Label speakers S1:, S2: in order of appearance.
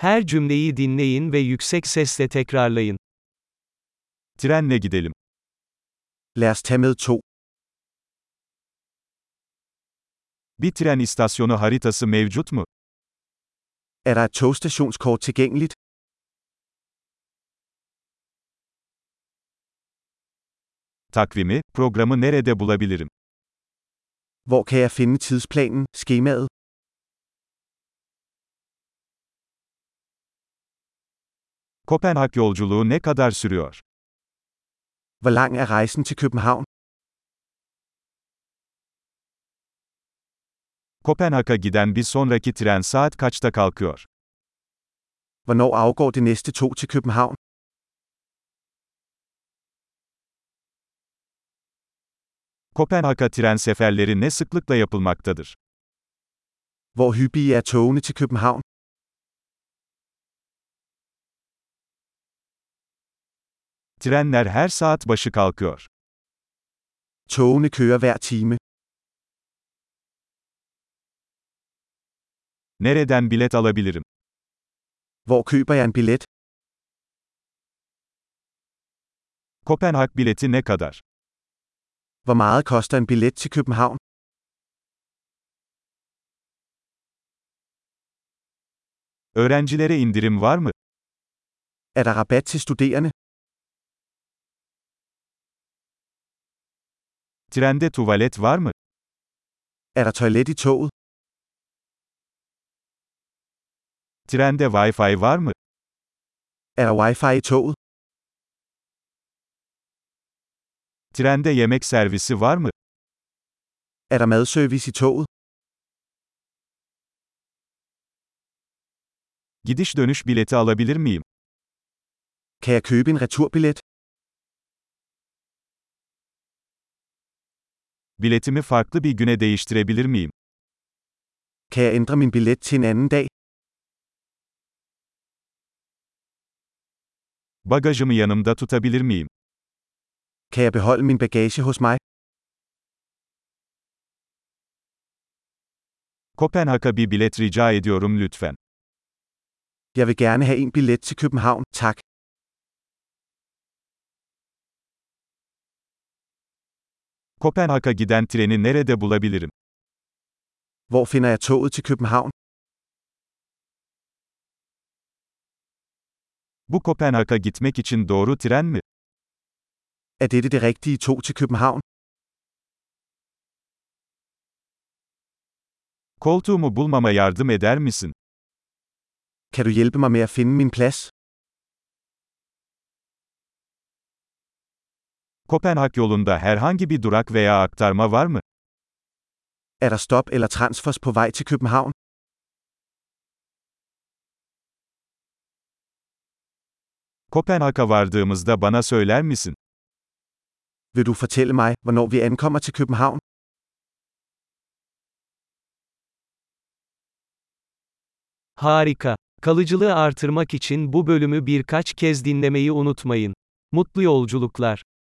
S1: Her cümleyi dinleyin ve yüksek sesle tekrarlayın.
S2: Trenle gidelim.
S3: Lad os tage med to.
S2: Bir tren istasyonu haritası mevcut mu?
S3: Er der et togstationskort tilgængeligt?
S2: Takvimi, programı nerede bulabilirim?
S3: Hvor kan jeg finde tidsplanen, skemaet?
S2: Kopenhag yolculuğu ne kadar sürüyor?
S3: Hvor lang er rejsen til København?
S2: Kopenhag'a giden bir sonraki tren saat kaçta kalkıyor?
S3: Hvornår afgår det næste tog til København?
S2: Kopenhag'a tren seferleri ne sıklıkla yapılmaktadır?
S3: Hvor hyppige er togene til København?
S2: Trenler her saat başı kalkıyor.
S3: Togene kører hver time.
S2: Nereden bilet alabilirim?
S3: Hvor køber jeg en billet?
S2: Kopenhag bileti ne kadar?
S3: Hvor meget koster en billet til København?
S2: Öğrencilere indirim var mı?
S3: Er der rabat til studerende?
S2: Trende tuvalet var mı?
S3: Er der toilet i toget?
S2: Trende Wi-Fi var mı?
S3: Er der wifi i toget?
S2: Trende yemek servisi var mı?
S3: Er der madservice i toget?
S2: Gidiş dönüş bileti alabilir miyim?
S3: Kan jeg købe en returbillet?
S2: Biletimi farklı bir güne değiştirebilir miyim?
S3: Kan jeg ændre min billet til en anden dag?
S2: Bagajımı yanımda tutabilir miyim?
S3: Kan jeg beholde min bagage hos mig?
S2: Kopenhag'a bir bilet rica ediyorum lütfen.
S3: Jeg vil gerne have en billet til København, tak.
S2: Kopenhag'a giden treni nerede bulabilirim?
S3: Hvor finder jeg toget til København?
S2: Bu Kopenhag'a gitmek için doğru tren mi?
S3: Er dette det rigtige tog til København?
S2: Koltuğumu bulmama yardım eder misin?
S3: Kan du hjælpe mig med at finde min plads?
S2: Kopenhag yolunda herhangi bir durak veya aktarma var mı?
S3: Er der stop eller transfers på vej til København?
S2: Kopenhag'a vardığımızda bana söyler misin?
S3: Vil du fortælle mig, hvornår vi ankommer til København?
S1: Harika. Kalıcılığı artırmak için bu bölümü birkaç kez dinlemeyi unutmayın. Mutlu yolculuklar.